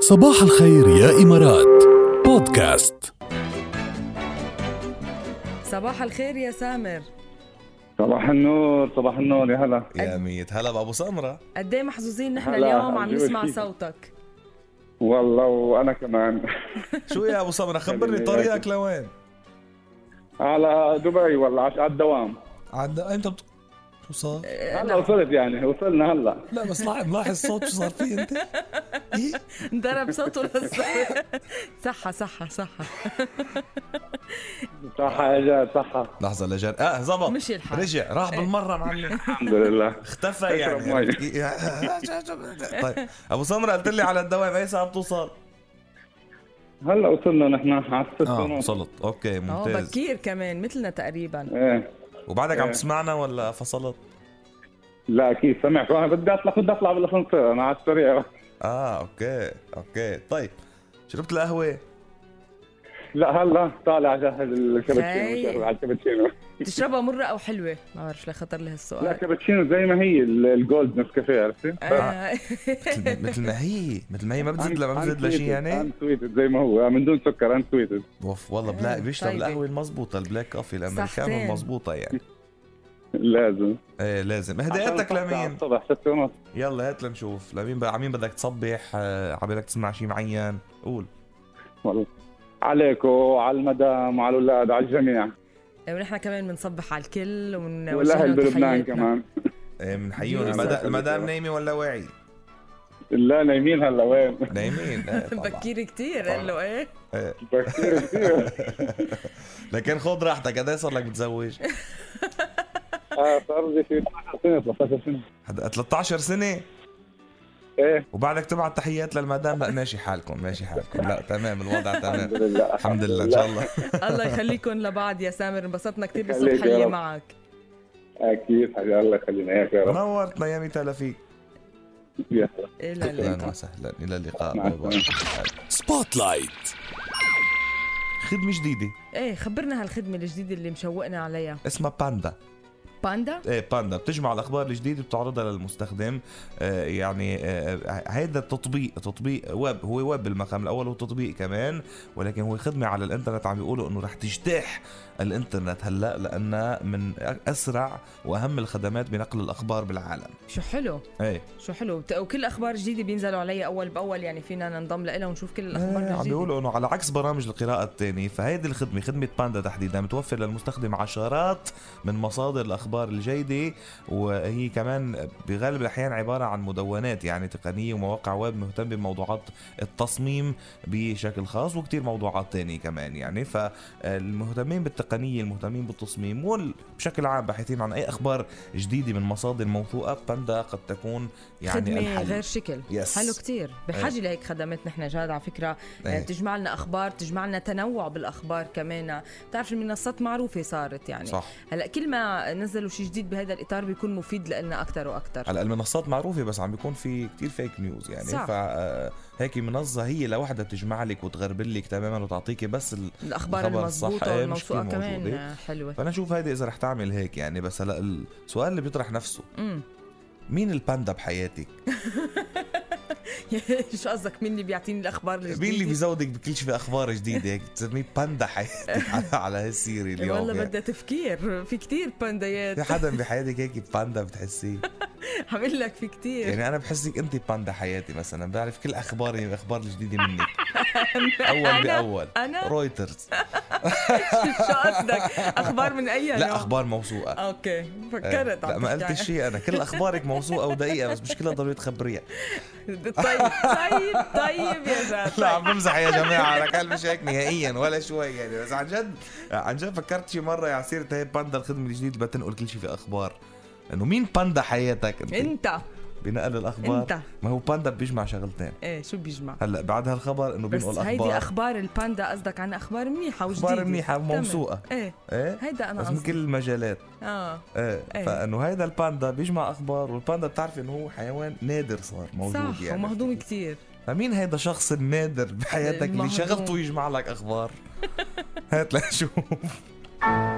صباح الخير يا إمارات بودكاست صباح الخير يا سامر صباح النور صباح النور يا هلا يا ميت هلا بابو سمره قد ايه محظوظين نحن هلا، اليوم عم حبيبي. نسمع صوتك والله وانا كمان شو يا ابو سمره خبرني طريقك لوين على دبي والله عش- على الدوام عند امتى بت... شو صار هلا وصلت يعني وصلنا هلا لا بس لاحظ ملاحظ صوت شو صار فيه انت إيه؟ ضرب صوته للصوت صحة صحة صحة صحة يا جاد صحة لحظه لجان اه زبط مشي الحال. إيه. رجع راح بالمره معلم الحمد لله اختفى اشرب يعني مي. طيب ابو سمره قلت لي على الدوام اي ساعه بتوصل هلا وصلنا نحن على الستة اه ونص وصلت اوكي اه ممتاز بكير كمان مثلنا تقريبا ايه وبعدك عم إيه. تسمعنا ولا فصلت لا اكيد سمعت انا بدي اطلع بدي اطلع بالاسانسير انا على السريع اه اوكي اوكي طيب شربت القهوه لا هلا طالع جهز هاي. الكابتشينو على الكابتشينو بتشربها مرة أو حلوة ما بعرف ليه خطر لي لا هالسؤال كابتشينو زي ما هي ال- الجولد نسكافيه عرفتي؟ آه. مثل مثل ما هي مثل ما هي ما طيب، بتزيد لا ما بتزيد لا شيء يعني سويتد زي ما هو من دون سكر ان سويتد اوف والله بلا آه، بيشرب طيبة. القهوه المضبوطه البلاك كوفي الامريكانو صحتين. المضبوطه يعني لازم ايه لازم عشان هدايتك صحة على لمين الصبح 6 ونص يلا هات لنشوف لمين بقى مين بدك تصبح آه، عبالك تسمع شيء معين قول والله عليكم على المدام وعلى الاولاد على الجميع ونحن كمان بنصبح على الكل وبنوجه والاهل لهم بلبنان تحياتنا. كمان آه، بنحييهم يلا. المدا- المدام نايمه ولا واعي لا نايمين هلا وين نايمين آه، طبعا بكير كتير قال له ايه آه، بكير كثير لكن خذ راحتك قد إيه صار لك متزوج آه، صار لي في 12 سنه 13 سنه حد- 13 سنه ايه وبعدك تبعت تحيات للمدام لا ماشي حالكم ماشي حالكم لا تمام الوضع الحمد تمام لله الحمد لله ان شاء الله الله يخليكم لبعض يا سامر انبسطنا كتير يخليك يا بالصبحية رب. معك اكيد حبيبي الله يخلينا اياك يا رب نورتنا يا ميتا لفيك يا إلى اهلا اللقاء وسهلا الى اللقاء مع باي باي سبوت لايت خدمه جديده ايه خبرنا هالخدمة الجديدة اللي مشوقنا عليها اسمها باندا باندا ايه باندا بتجمع الاخبار الجديده بتعرضها للمستخدم آه يعني آه هذا التطبيق تطبيق ويب هو ويب بالمقام الاول هو تطبيق كمان ولكن هو خدمه على الانترنت عم بيقولوا انه رح تجتاح الانترنت هلا لانها من اسرع واهم الخدمات بنقل الاخبار بالعالم شو حلو ايه شو حلو بت- وكل اخبار جديده بينزلوا علي اول باول يعني فينا ننضم لها ونشوف كل الاخبار آه، عم الجديده بيقولوا انه على عكس برامج القراءة الثانية فهيدي الخدمة خدمة باندا تحديدا بتوفر للمستخدم عشرات من مصادر الاخبار الجيدة وهي كمان بغالب الاحيان عبارة عن مدونات يعني تقنية ومواقع ويب مهتم بموضوعات التصميم بشكل خاص وكتير موضوعات تانية كمان يعني فالمهتمين بالتقنية المهتمين بالتصميم وبشكل عام باحثين عن اي اخبار جديدة من مصادر موثوقة باندا قد تكون يعني خدمة الحل غير شكل Yes. حلو كتير بحاجة لهيك خدمات نحن جاد على فكرة يعني إيه. بتجمع لنا أخبار بتجمع لنا تنوع بالأخبار كمان آه، بتعرف المنصات معروفة صارت يعني صح هلا كل ما نزلوا شيء جديد بهذا الإطار بيكون مفيد لنا أكثر وأكثر هلا المنصات معروفه بس عم بيكون في كتير فيك نيوز يعني صح. فهيك منصه هي لوحدها بتجمع لك وتغربل لك تماما وتعطيكي بس ال... الأخبار الخبر صح، المضبوطة إيه، مش والموثوقة كتير موجودة. كمان حلوة فانا اشوف هيدي اذا رح تعمل هيك يعني بس هلا السؤال اللي بيطرح نفسه أمم. مين الباندا بحياتك؟ شو قصدك مين اللي بيعطيني الأخبار الجديدة مين اللي بيزودك بكل شيء اخبار جديده هيك بتسميه باندا حياتك على, على هالسيره اليوم والله يعني. بدها تفكير في كتير بانديات في حدا بحياتك هيك باندا بتحسيه عم بقول لك في كتير يعني انا بحسك انت باندا حياتي مثلا بعرف كل اخباري الاخبار الجديده منك اول باول أنا؟ رويترز شو قصدك اخبار من اي نوع؟ لا اخبار موثوقه اوكي إيه. فكرت لا عم ما تحكي قلت شيء انا كل اخبارك موثوقه ودقيقه بس مش كلها ضروري تخبريها طيب طيب طيب يا زلمه لا عم بمزح يا جماعه انا كان مش هيك نهائيا ولا شوي يعني بس عن جد عن جد فكرت شي مره يا عصير هي باندا الخدمه الجديده بدها تنقل كل شيء في اخبار انه مين باندا حياتك انت انت بنقل الاخبار أنت. ما هو باندا بيجمع شغلتين ايه شو بيجمع هلا بعد هالخبر انه بس بينقل هيدي اخبار اخبار الباندا قصدك عن اخبار منيحه وجديده اخبار منيحه تمام. موثوقه ايه ايه هيدا انا بس من قصدي كل المجالات اه ايه إيه. فانه هيدا الباندا بيجمع اخبار والباندا بتعرفي انه هو حيوان نادر صار موجود صح يعني ومهضوم كتير فمين هيدا الشخص النادر بحياتك اللي المهضوم. شغلته يجمع لك اخبار؟ هات لنشوف